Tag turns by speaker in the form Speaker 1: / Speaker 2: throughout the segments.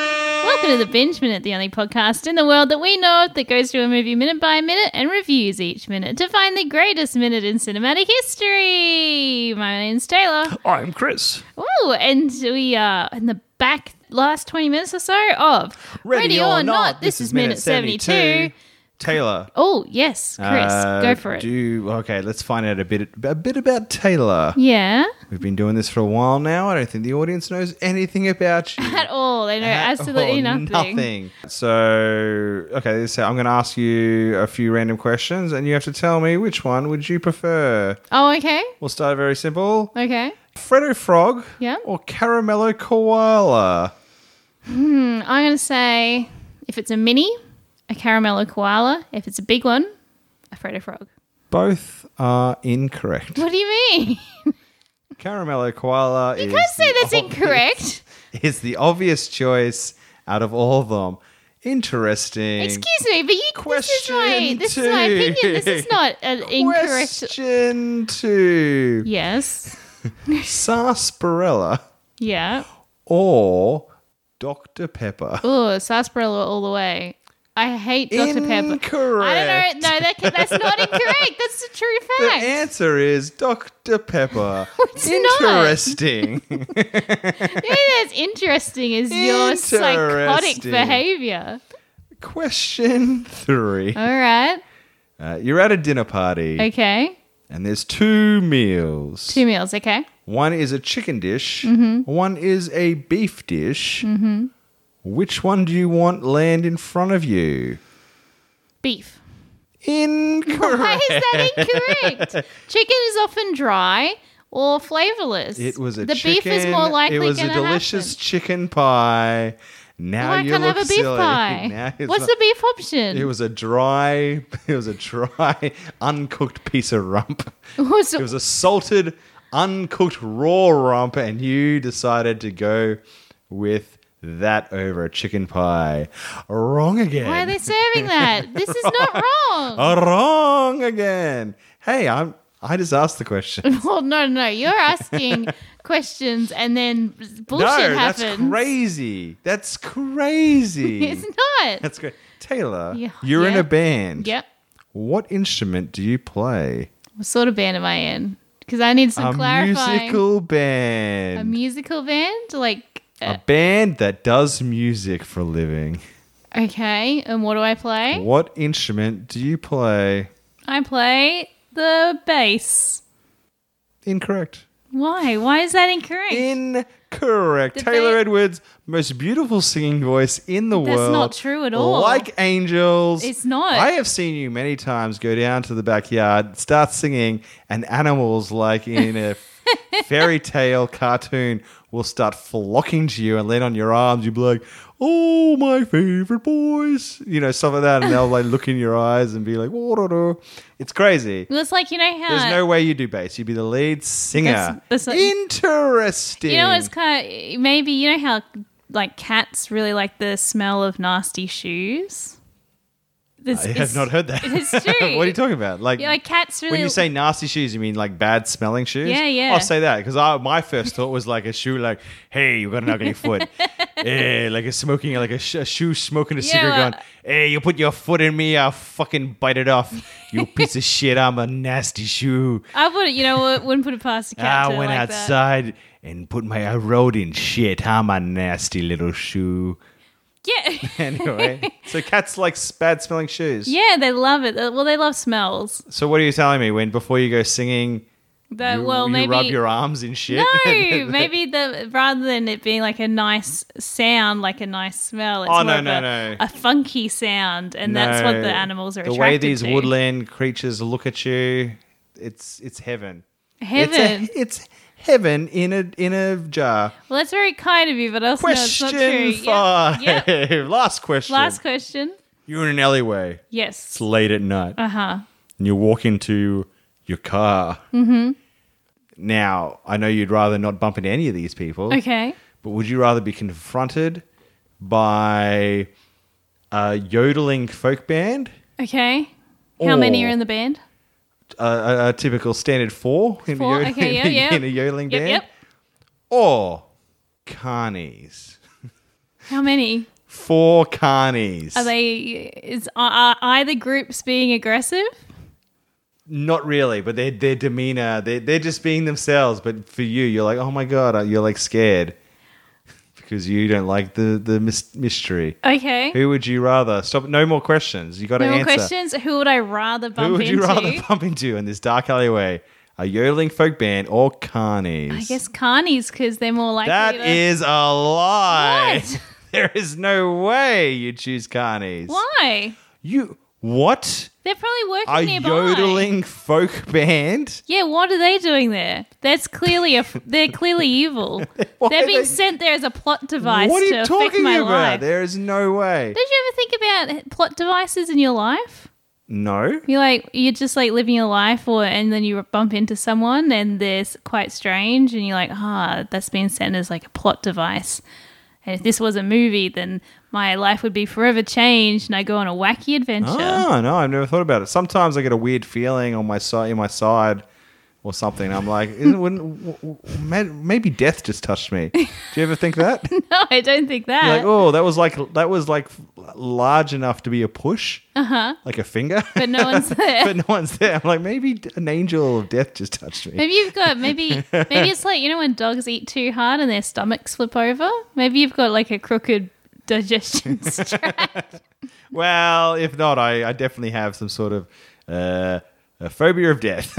Speaker 1: Welcome to the Binge Minute, the only podcast in the world that we know of that goes through a movie minute by minute and reviews each minute to find the greatest minute in cinematic history. My name's Taylor.
Speaker 2: I'm Chris.
Speaker 1: Ooh, and we are in the back last 20 minutes or so of
Speaker 2: Ready or Not, this is minute 72. Taylor.
Speaker 1: Oh, yes, Chris,
Speaker 2: uh,
Speaker 1: go for it.
Speaker 2: Do okay. Let's find out a bit a bit about Taylor.
Speaker 1: yeah,
Speaker 2: We've been doing this for a while now. I don't think the audience knows anything about you.
Speaker 1: at all. They know
Speaker 2: At
Speaker 1: Oh, absolutely
Speaker 2: all,
Speaker 1: nothing.
Speaker 2: So okay, so I'm going to ask you a few random questions, and you have to tell me which one would you prefer.
Speaker 1: Oh, okay.
Speaker 2: We'll start very simple.
Speaker 1: Okay.
Speaker 2: Fredo Frog.
Speaker 1: Yeah.
Speaker 2: Or Caramello Koala.
Speaker 1: Mm, I'm going to say if it's a mini, a caramello koala. If it's a big one, a Frodo frog.
Speaker 2: Both are incorrect.
Speaker 1: What do you mean?
Speaker 2: Caramello Koala is.
Speaker 1: You can't say
Speaker 2: the
Speaker 1: that's
Speaker 2: obvious-
Speaker 1: incorrect.
Speaker 2: is the obvious choice out of all of them. Interesting.
Speaker 1: Excuse me, but you.
Speaker 2: Question
Speaker 1: this is my this is my opinion. This is
Speaker 2: two.
Speaker 1: not an incorrect.
Speaker 2: Question two.
Speaker 1: Yes.
Speaker 2: Sarsaparilla
Speaker 1: Yeah.
Speaker 2: or Dr. Pepper?
Speaker 1: Oh, sarsaparilla all the way. I hate Dr Pepper. I don't
Speaker 2: Incorrect.
Speaker 1: know. No, that can, that's not incorrect. That's a true
Speaker 2: The
Speaker 1: fact.
Speaker 2: answer is Dr. Pepper.
Speaker 1: It's not.
Speaker 2: Interesting.
Speaker 1: Yeah, that's interesting. Is your psychotic
Speaker 2: Interesting.
Speaker 1: behavior?
Speaker 2: Question three.
Speaker 1: All right.
Speaker 2: Uh, you're at a dinner party
Speaker 1: Okay.
Speaker 2: and there's two meals.
Speaker 1: Two meals. Okay.
Speaker 2: One is a chicken dish.
Speaker 1: Mm-hmm.
Speaker 2: One is a beef dish. Which one do you want land in front of you?
Speaker 1: Beef.
Speaker 2: Incorrect.
Speaker 1: Why is that incorrect? chicken is often dry or flavorless.
Speaker 2: It was a
Speaker 1: the
Speaker 2: chicken.
Speaker 1: beef is more likely
Speaker 2: It was a
Speaker 1: gonna
Speaker 2: delicious
Speaker 1: happen.
Speaker 2: chicken pie. Now
Speaker 1: Why
Speaker 2: you
Speaker 1: can't I
Speaker 2: look
Speaker 1: have a beef
Speaker 2: silly. Now
Speaker 1: pie?
Speaker 2: it's
Speaker 1: What's
Speaker 2: not-
Speaker 1: the beef option?
Speaker 2: It was a dry. It was a dry, uncooked piece of rump.
Speaker 1: What's-
Speaker 2: It was a salted, uncooked raw rump, and you decided to go with that over a chicken pie. Wrong again.
Speaker 1: why are they serving that? This is
Speaker 2: Oh.
Speaker 1: not wrong.
Speaker 2: Wrong again. Hey, I'm. I just asked the question.
Speaker 1: Well, no, no, you're asking questions and then bullshit
Speaker 2: no,
Speaker 1: happens.
Speaker 2: that's crazy. That's crazy.
Speaker 1: It's not.
Speaker 2: that's great. Taylor,
Speaker 1: Yeah.
Speaker 2: you're in
Speaker 1: Yeah.
Speaker 2: a band.
Speaker 1: Yep.
Speaker 2: What instrument do you play?
Speaker 1: What sort of band am I in? Because I need some
Speaker 2: a
Speaker 1: clarifying.
Speaker 2: musical
Speaker 1: a
Speaker 2: band. Oh.
Speaker 1: musical band, like uh,
Speaker 2: a band that does music for a living.
Speaker 1: uh, okay. And what do I play?
Speaker 2: What instrument do you play?
Speaker 1: I play the bass.
Speaker 2: Incorrect.
Speaker 1: Why? Why is that incorrect?
Speaker 2: Incorrect.
Speaker 1: The
Speaker 2: Taylor
Speaker 1: ba-
Speaker 2: Edwards, most beautiful singing voice in the
Speaker 1: That's
Speaker 2: world.
Speaker 1: not true at all.
Speaker 2: Like angels.
Speaker 1: It's not.
Speaker 2: I have seen you many times go down to the backyard, start singing, and animals like in a fairy tale cartoon will start flocking to you and land on your arms. You'll be like, "Oh, my favorite boys," you know, stuff like that, and they'll like look in your eyes and be like, "Whoa, it's crazy."
Speaker 1: well, it's like you know how
Speaker 2: There's no way you do bass. You'd be the lead singer.
Speaker 1: That's- that's not-
Speaker 2: Interesting.
Speaker 1: you know it's kind of maybe you know how like cats really like the smell of nasty shoes. This
Speaker 2: I
Speaker 1: is-
Speaker 2: have not heard that.
Speaker 1: it's true.
Speaker 2: what are you talking about? Like,
Speaker 1: Yeah, like cats really.
Speaker 2: when you say nasty shoes, you mean like bad smelling shoes?
Speaker 1: Yeah, yeah.
Speaker 2: I'll say that because my first thought was like a shoe, like, hey, you got an ugly foot. eh, like a smoking, like a, sh- a shoe smoking a
Speaker 1: Yeah,
Speaker 2: cigarette
Speaker 1: well-
Speaker 2: going, hey, you put your foot in me, I'll fucking bite it off. You piece of shit, I'm a nasty shoe.
Speaker 1: I wouldn't, you know, what, wouldn't put it past a cat.
Speaker 2: I
Speaker 1: to
Speaker 2: went
Speaker 1: like that.
Speaker 2: outside and put my, I rode in shit, I'm a nasty little shoe.
Speaker 1: Yeah.
Speaker 2: Anyway, so cats like s- bad smelling shoes.
Speaker 1: Yeah, they love it. Uh, Well, they love smells.
Speaker 2: So what are you telling me when before you go singing,
Speaker 1: That
Speaker 2: you,
Speaker 1: well,
Speaker 2: you
Speaker 1: maybe
Speaker 2: rub your arms in shit?
Speaker 1: no, maybe the rather than it being like a nice sound, like a nice smell, it's more
Speaker 2: Oh, no,
Speaker 1: of
Speaker 2: no,
Speaker 1: a,
Speaker 2: no.
Speaker 1: a funky sound, and that's what the
Speaker 2: No.
Speaker 1: animals are
Speaker 2: The
Speaker 1: attracted
Speaker 2: way these
Speaker 1: to.
Speaker 2: woodland creatures look at you, it's it's heaven. It's a-
Speaker 1: heaven.
Speaker 2: It's, heaven in a in a jar.
Speaker 1: well, that's very kind of you, but also
Speaker 2: Question
Speaker 1: no, it's not
Speaker 2: five.
Speaker 1: true. Yeah, yeah.
Speaker 2: Last question.
Speaker 1: Last question.
Speaker 2: You're in an alleyway.
Speaker 1: Yes.
Speaker 2: It's late at night.
Speaker 1: Uh huh.
Speaker 2: and you walk into your car. Mm-hmm. Now, I know you'd rather not bump into any of these people.
Speaker 1: Okay.
Speaker 2: But would you rather be confronted by a yodeling folk band,
Speaker 1: Okay. How many
Speaker 2: Or-
Speaker 1: are in the band?
Speaker 2: a, a, a typical standard four, in,
Speaker 1: Four?
Speaker 2: A, yod-
Speaker 1: Okay, yeah,
Speaker 2: in a-
Speaker 1: yeah.
Speaker 2: in a yodeling
Speaker 1: Yep.
Speaker 2: band,
Speaker 1: Yep.
Speaker 2: or carnies?
Speaker 1: How many?
Speaker 2: Four carnies.
Speaker 1: Are they? Is are, are either groups being aggressive?
Speaker 2: Not really, but their their demeanor, they're, they're just being themselves. But for you, you're like, oh my god, you're like scared because you don't like the the mys- mystery.
Speaker 1: Okay.
Speaker 2: Who would you rather? Stop. No more questions. You got to
Speaker 1: no more
Speaker 2: answer.
Speaker 1: questions. Who would I rather bump
Speaker 2: Who would you
Speaker 1: into?
Speaker 2: rather bump into in this dark alleyway? A yodeling folk band or carnies?
Speaker 1: I guess carnies because they're more likely.
Speaker 2: That
Speaker 1: to...
Speaker 2: is a lie.
Speaker 1: What?
Speaker 2: there is no way you choose carnies.
Speaker 1: why
Speaker 2: You what?
Speaker 1: they're probably working
Speaker 2: A
Speaker 1: nearby.
Speaker 2: yodeling folk band?
Speaker 1: Yeah, what are they doing there? That's clearly a. f- They're clearly evil.
Speaker 2: Why
Speaker 1: they're
Speaker 2: are
Speaker 1: being
Speaker 2: they-
Speaker 1: sent there as a plot device
Speaker 2: what are
Speaker 1: to
Speaker 2: you
Speaker 1: affect
Speaker 2: talking
Speaker 1: my
Speaker 2: about?
Speaker 1: life.
Speaker 2: There is no way.
Speaker 1: Did you ever think about plot devices in your life?
Speaker 2: No.
Speaker 1: You're like you're just like living your life, or and then you bump into someone and they're s- quite strange, and you're like, ah, that's been sent as like a plot device. And if this was a movie, then my life would be forever changed, and I go on a wacky adventure.
Speaker 2: Oh no, I've never thought about it. Sometimes I get a weird feeling on my side, in my side, or something. I'm like, isn't wouldn't w- w- may- maybe death just touched me? Do you ever think that? You're
Speaker 1: No, I don't think that.
Speaker 2: like, oh, that was like that was like large enough to be a push, uh-huh. like a finger,
Speaker 1: But no one's there.
Speaker 2: but no one's there. I'm like, maybe d- an angel of death just touched me.
Speaker 1: Maybe you've got maybe maybe it's like you know when dogs eat too hard and their stomachs flip over. Maybe you've got like a crooked digestion tract.
Speaker 2: Well, if not, I, I definitely have some sort of uh, a phobia of death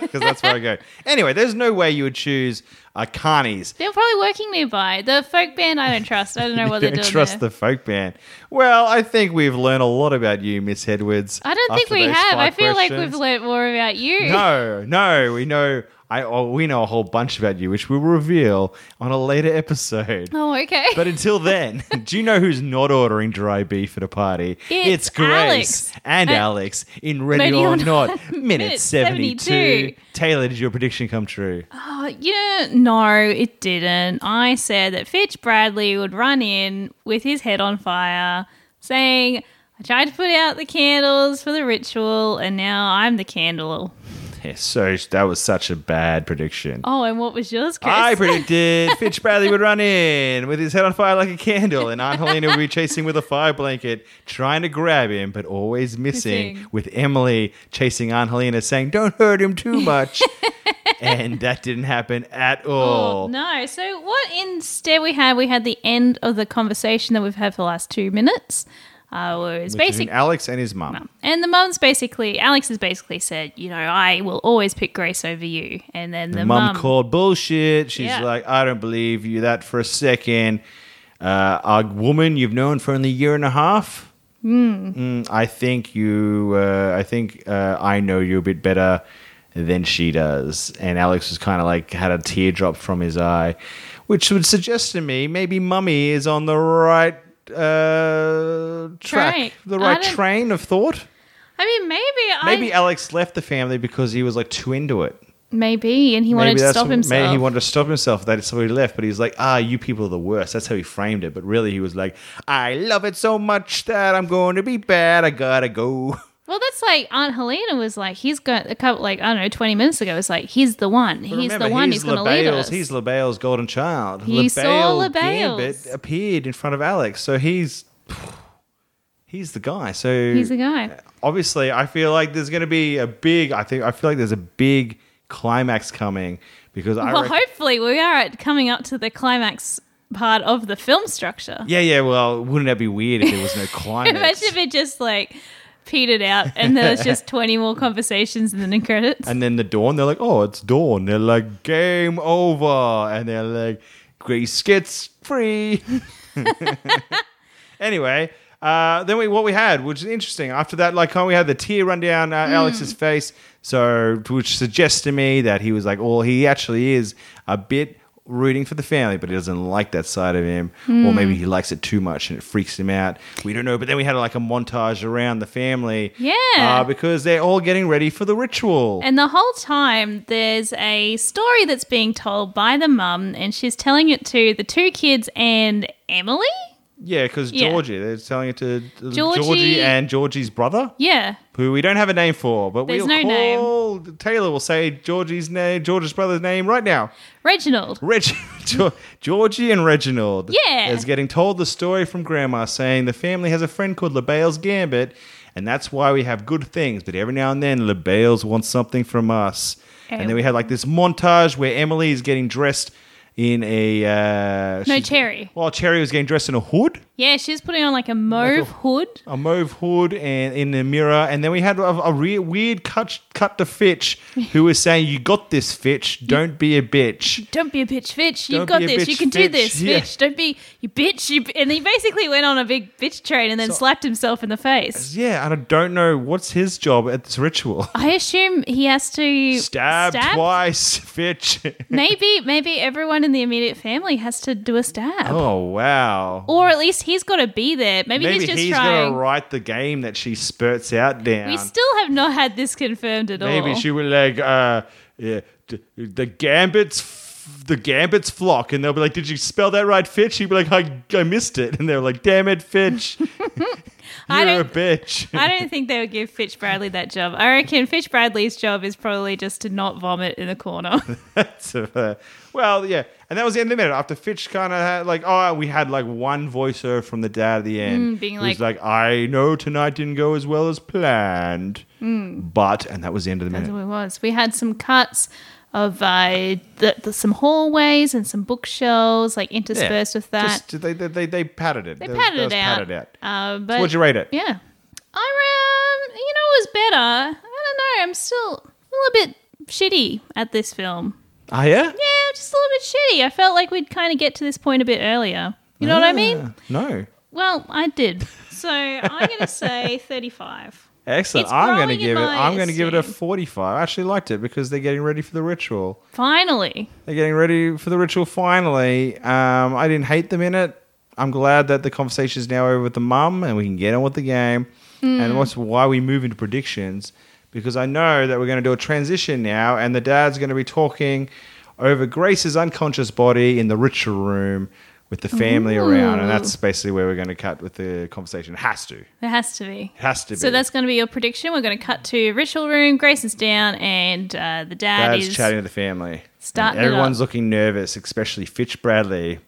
Speaker 2: because that's where I go. Anyway, there's no way you would choose a carnies.
Speaker 1: They're probably working nearby. The folk band I don't trust. I don't know what
Speaker 2: You
Speaker 1: they're
Speaker 2: don't
Speaker 1: doing.
Speaker 2: trust
Speaker 1: there.
Speaker 2: the folk band. Well, I think we've learned a lot about you, Miss Hedwards.
Speaker 1: I don't think
Speaker 2: after
Speaker 1: we
Speaker 2: those
Speaker 1: have. I
Speaker 2: five
Speaker 1: feel like we've
Speaker 2: questions.
Speaker 1: learnt more about you.
Speaker 2: No, no, we know. I oh, we know a whole bunch about you, which we'll reveal on a later episode.
Speaker 1: Oh, okay.
Speaker 2: But until then, do you know who's not ordering dry beef at a party?
Speaker 1: It's
Speaker 2: Grace
Speaker 1: Alex.
Speaker 2: and
Speaker 1: Uh,
Speaker 2: Alex in Ready, or, Not, minute
Speaker 1: minute
Speaker 2: 72.
Speaker 1: 72.
Speaker 2: Taylor, did your prediction come true?
Speaker 1: oh, yeah, no, it didn't. I said that Fitch Bradley would run in with his head on fire, saying, "I tried to put out the candles for the ritual, and now I'm the candle."
Speaker 2: Yeah, so that was such a bad prediction.
Speaker 1: Oh, and what was yours, Chris?
Speaker 2: I predicted Fitch Bradley would run in with his head on fire like a candle, and Aunt Helena would be chasing with a fire blanket, trying to grab him, but always missing,
Speaker 1: Missing.
Speaker 2: with Emily chasing Aunt Helena, saying, Don't hurt him too much. and that didn't happen at all.
Speaker 1: Oh, no. So what instead we had, we had the end of the conversation that we've had for the last two minutes. Uh, where it's
Speaker 2: Which is
Speaker 1: basic,
Speaker 2: in Alex and his mum.
Speaker 1: and the mum's basically, Alex has basically said, you know, I will always pick Grace over you. And then the,
Speaker 2: The mum called bullshit. She's
Speaker 1: Yeah.
Speaker 2: like, I don't believe you that for a second. Uh, a woman you've known for only a year and a half.
Speaker 1: Hmm.
Speaker 2: Mm, I think you. Uh, I think uh, I know you a bit better than she does. And Alex was kind of like had a teardrop from his eye, which would suggest to me maybe Mummy is on the right uh, track,
Speaker 1: Track.
Speaker 2: the
Speaker 1: I
Speaker 2: right
Speaker 1: don't-
Speaker 2: train of thought.
Speaker 1: I mean, maybe,
Speaker 2: Maybe
Speaker 1: I,
Speaker 2: Alex left the family because he was like too into it.
Speaker 1: maybe, and he wanted to
Speaker 2: that's
Speaker 1: stop
Speaker 2: what-
Speaker 1: himself.
Speaker 2: Maybe he wanted to stop himself. That is somebody left, but he's like, ah, you people are the worst. That's how he framed it. But really, he was like, I love it so much that I'm going to be bad. I gotta go.
Speaker 1: well, that's like Aunt Helena was like, he's got a couple, like, I don't know, 20 minutes ago, it's like, he's the one. He's
Speaker 2: Remember,
Speaker 1: the one
Speaker 2: he's
Speaker 1: who's going to lead
Speaker 2: LaBelle's-
Speaker 1: us.
Speaker 2: He's LaBelle's golden child.
Speaker 1: He saw
Speaker 2: Gambit
Speaker 1: LaBelle's.
Speaker 2: appeared in front of Alex, so he's he's the guy. So
Speaker 1: He's the guy.
Speaker 2: obviously i feel like there's going to be a big i think i feel like there's a big climax coming because i
Speaker 1: Well,
Speaker 2: reckon-
Speaker 1: hopefully we are at coming up to the climax part of the film structure.
Speaker 2: yeah yeah well wouldn't that be weird if there was no climax
Speaker 1: Imagine if it just like petered out and there was just 20 more conversations and then the credits.
Speaker 2: And then the dawn, they're like, oh, it's dawn. They're like, game over. And they're like, Grace gets free. anyway, uh, then we what we had, which is interesting. After that, like, kind of we had the tear run down uh, Alex's face, so which suggests to me that he was like, oh, he actually is a bit rooting for the family, but he doesn't like that side of him, or maybe he likes it too much and it freaks him out. We don't know. But then we had like a montage around the family,
Speaker 1: Yeah.
Speaker 2: uh, because they're all getting ready for the ritual.
Speaker 1: And the whole time, there's a story that's being told by the mum, and she's telling it to the two kids and Emily.
Speaker 2: Yeah, because
Speaker 1: Yeah.
Speaker 2: Georgie, they're selling it to uh,
Speaker 1: Georgie-
Speaker 2: Georgie, and Georgie's brother,
Speaker 1: Yeah.
Speaker 2: who we don't have a name for, but
Speaker 1: There's
Speaker 2: we'll
Speaker 1: no name.
Speaker 2: call Taylor. will say Georgie's name, Georgie's brother's name right now.
Speaker 1: Reginald.
Speaker 2: Reg- Geo- Georgie and Reginald.
Speaker 1: Yeah.
Speaker 2: Is getting told the story from Grandma, saying the family has a friend called LeBale's Gambit, and that's why we have good things. But every now and then, LeBale's wants something from us.
Speaker 1: Okay.
Speaker 2: And then we had like this montage where Emily is getting dressed in a. Uh,
Speaker 1: No,
Speaker 2: she's-
Speaker 1: Cherry.
Speaker 2: Well, Cherry was getting dressed in a hood,
Speaker 1: Yeah, she's putting on like a mauve hood.
Speaker 2: a mauve hood, and in the mirror. And then we had a, a re- weird cut, cut to Fitch, who was saying, "You got this, Fitch. Don't be a bitch."
Speaker 1: Don't be a bitch, Fitch. You've
Speaker 2: Don't
Speaker 1: got
Speaker 2: be a
Speaker 1: this.
Speaker 2: bitch,
Speaker 1: you can do
Speaker 2: Fitch.
Speaker 1: this,
Speaker 2: Yeah.
Speaker 1: Fitch. Don't be you bitch. You, b-" and he basically went on a big bitch train and then slapped himself in the face.
Speaker 2: Yeah, and I don't know what's his job at this ritual.
Speaker 1: I assume he has to
Speaker 2: Stab, twice, Fitch.
Speaker 1: maybe, maybe everyone in the immediate family has to do a stab,
Speaker 2: oh wow.
Speaker 1: or at least he's got to be there. Maybe,
Speaker 2: Maybe
Speaker 1: he's
Speaker 2: he's,
Speaker 1: just
Speaker 2: gonna
Speaker 1: trying.
Speaker 2: write the game that she spurts out down.
Speaker 1: we still have not had this confirmed at all.
Speaker 2: Maybe she will like uh yeah, d- the gambits f- the gambits flock and they'll be like, Did you spell that right, Fitch? She'd be like, I, I missed it and they're like, Damn it, Fitch. You're
Speaker 1: I
Speaker 2: a
Speaker 1: don't-
Speaker 2: bitch.
Speaker 1: I don't think they would give Fitch Bradley that job. I reckon Fitch Bradley's job is probably just to not vomit in the corner.
Speaker 2: So, uh, well, yeah, and that was the end of the minute. After Fitch kind of had like, oh, we had like one voiceover from the dad at the end,
Speaker 1: Mm, being
Speaker 2: who's
Speaker 1: like-
Speaker 2: like, I know tonight didn't go as well as planned, but, and that was the end of the
Speaker 1: Mm. That's
Speaker 2: minute.
Speaker 1: what it was. We had some cuts of uh, the, the, some hallways and some bookshelves, like interspersed with that.
Speaker 2: Just, they, they, they, they patted it.
Speaker 1: they
Speaker 2: That was-
Speaker 1: padded it
Speaker 2: that was
Speaker 1: out.
Speaker 2: Patted out.
Speaker 1: Uh, but
Speaker 2: What'd you rate it?
Speaker 1: yeah, I um, you know, it was better. I don't know. I'm still a little bit shitty at this film.
Speaker 2: Ah, yeah.
Speaker 1: Yeah, just a little bit shitty. I felt like we'd kind of get to this point a bit earlier. You know what I mean?
Speaker 2: No.
Speaker 1: Well, I did. So I'm gonna say 35.
Speaker 2: Excellent.
Speaker 1: It's growing
Speaker 2: I'm going to
Speaker 1: in
Speaker 2: give it.
Speaker 1: my
Speaker 2: I'm going to give it a
Speaker 1: esteem.
Speaker 2: 45. I actually liked it because they're getting ready for the ritual.
Speaker 1: Finally,
Speaker 2: They're getting ready for the ritual finally. Um, I didn't hate the minute. I'm glad that the conversation is now over with the mum and we can get on with the game.
Speaker 1: Hmm.
Speaker 2: And what's why we move into predictions because I know that we're going to do a transition now, and the dad's going to be talking over Grace's unconscious body in the ritual room with the family around, and that's basically where we're going to cut with the conversation. Has to,
Speaker 1: there has to be.
Speaker 2: has to be.
Speaker 1: So that's going to be your prediction. We're going to cut to ritual room. Grace is down, and uh, the dad
Speaker 2: dad's
Speaker 1: is
Speaker 2: chatting to the family.
Speaker 1: starting it up.
Speaker 2: Everyone's looking nervous, especially Fitch Bradley,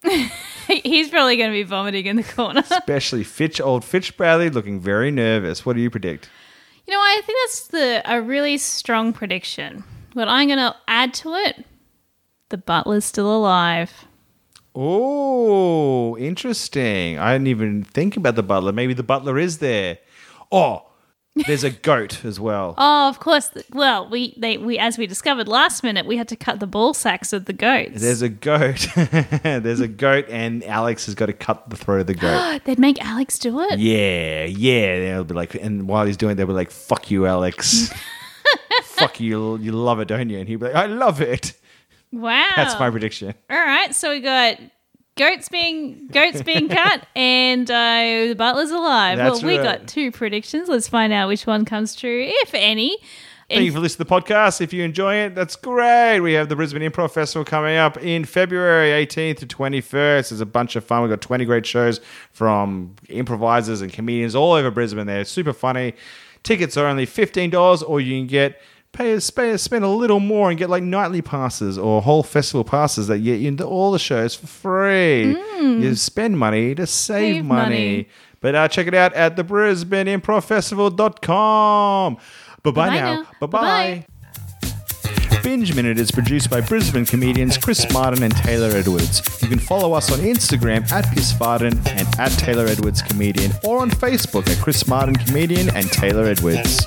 Speaker 1: he's probably going to be vomiting in the corner.
Speaker 2: especially Fitch, old Fitch Bradley, looking very nervous. What do you predict?
Speaker 1: you know, I think that's the a really strong prediction. But I'm going to add to it: the butler's still alive.
Speaker 2: Oh, interesting. I didn't even think about the butler. Maybe the butler is there. Oh, there's a goat as well.
Speaker 1: Oh, of course. th- Well, we they we as we discovered last minute, we had to cut the ball sacks of the goats.
Speaker 2: There's a goat. there's a goat, and Alex has got to cut the throat of the goat.
Speaker 1: They'd make Alex do it.
Speaker 2: yeah, yeah. They'll be like, and while he's doing it, they'll be like, fuck you, Alex. fuck you. You love it, don't you? And he'll be like, I love it.
Speaker 1: Wow.
Speaker 2: That's my prediction.
Speaker 1: All right, so we got goats being goats being cut, and uh, the butler's alive.
Speaker 2: That's
Speaker 1: well, we
Speaker 2: right.
Speaker 1: got two predictions. Let's find out which one comes true, if any.
Speaker 2: Thank you for listening to the podcast. If you enjoy it, that's great. We have the Brisbane Improv Festival coming up in February 18th to 21st. It's a bunch of fun. We've got 20 great shows from improvisers and comedians all over Brisbane. They're super funny. Tickets are only $15, or you can get pay pay spend a little more and get like nightly passes or whole festival passes that get you into all the shows for free. You spend money to Mm. save,
Speaker 1: Save money.
Speaker 2: money. But uh, check it out at the Brisbane Improv Festival.com. Bye bye
Speaker 1: Bye
Speaker 2: now.
Speaker 1: now.
Speaker 2: Bye bye. Binge Minute is produced by Brisbane comedians Chris Martin and Taylor Edwards. You can follow us on Instagram at Piss Martin and at Taylor Edwards Comedian or on Facebook at Chris Martin Comedian and Taylor Edwards.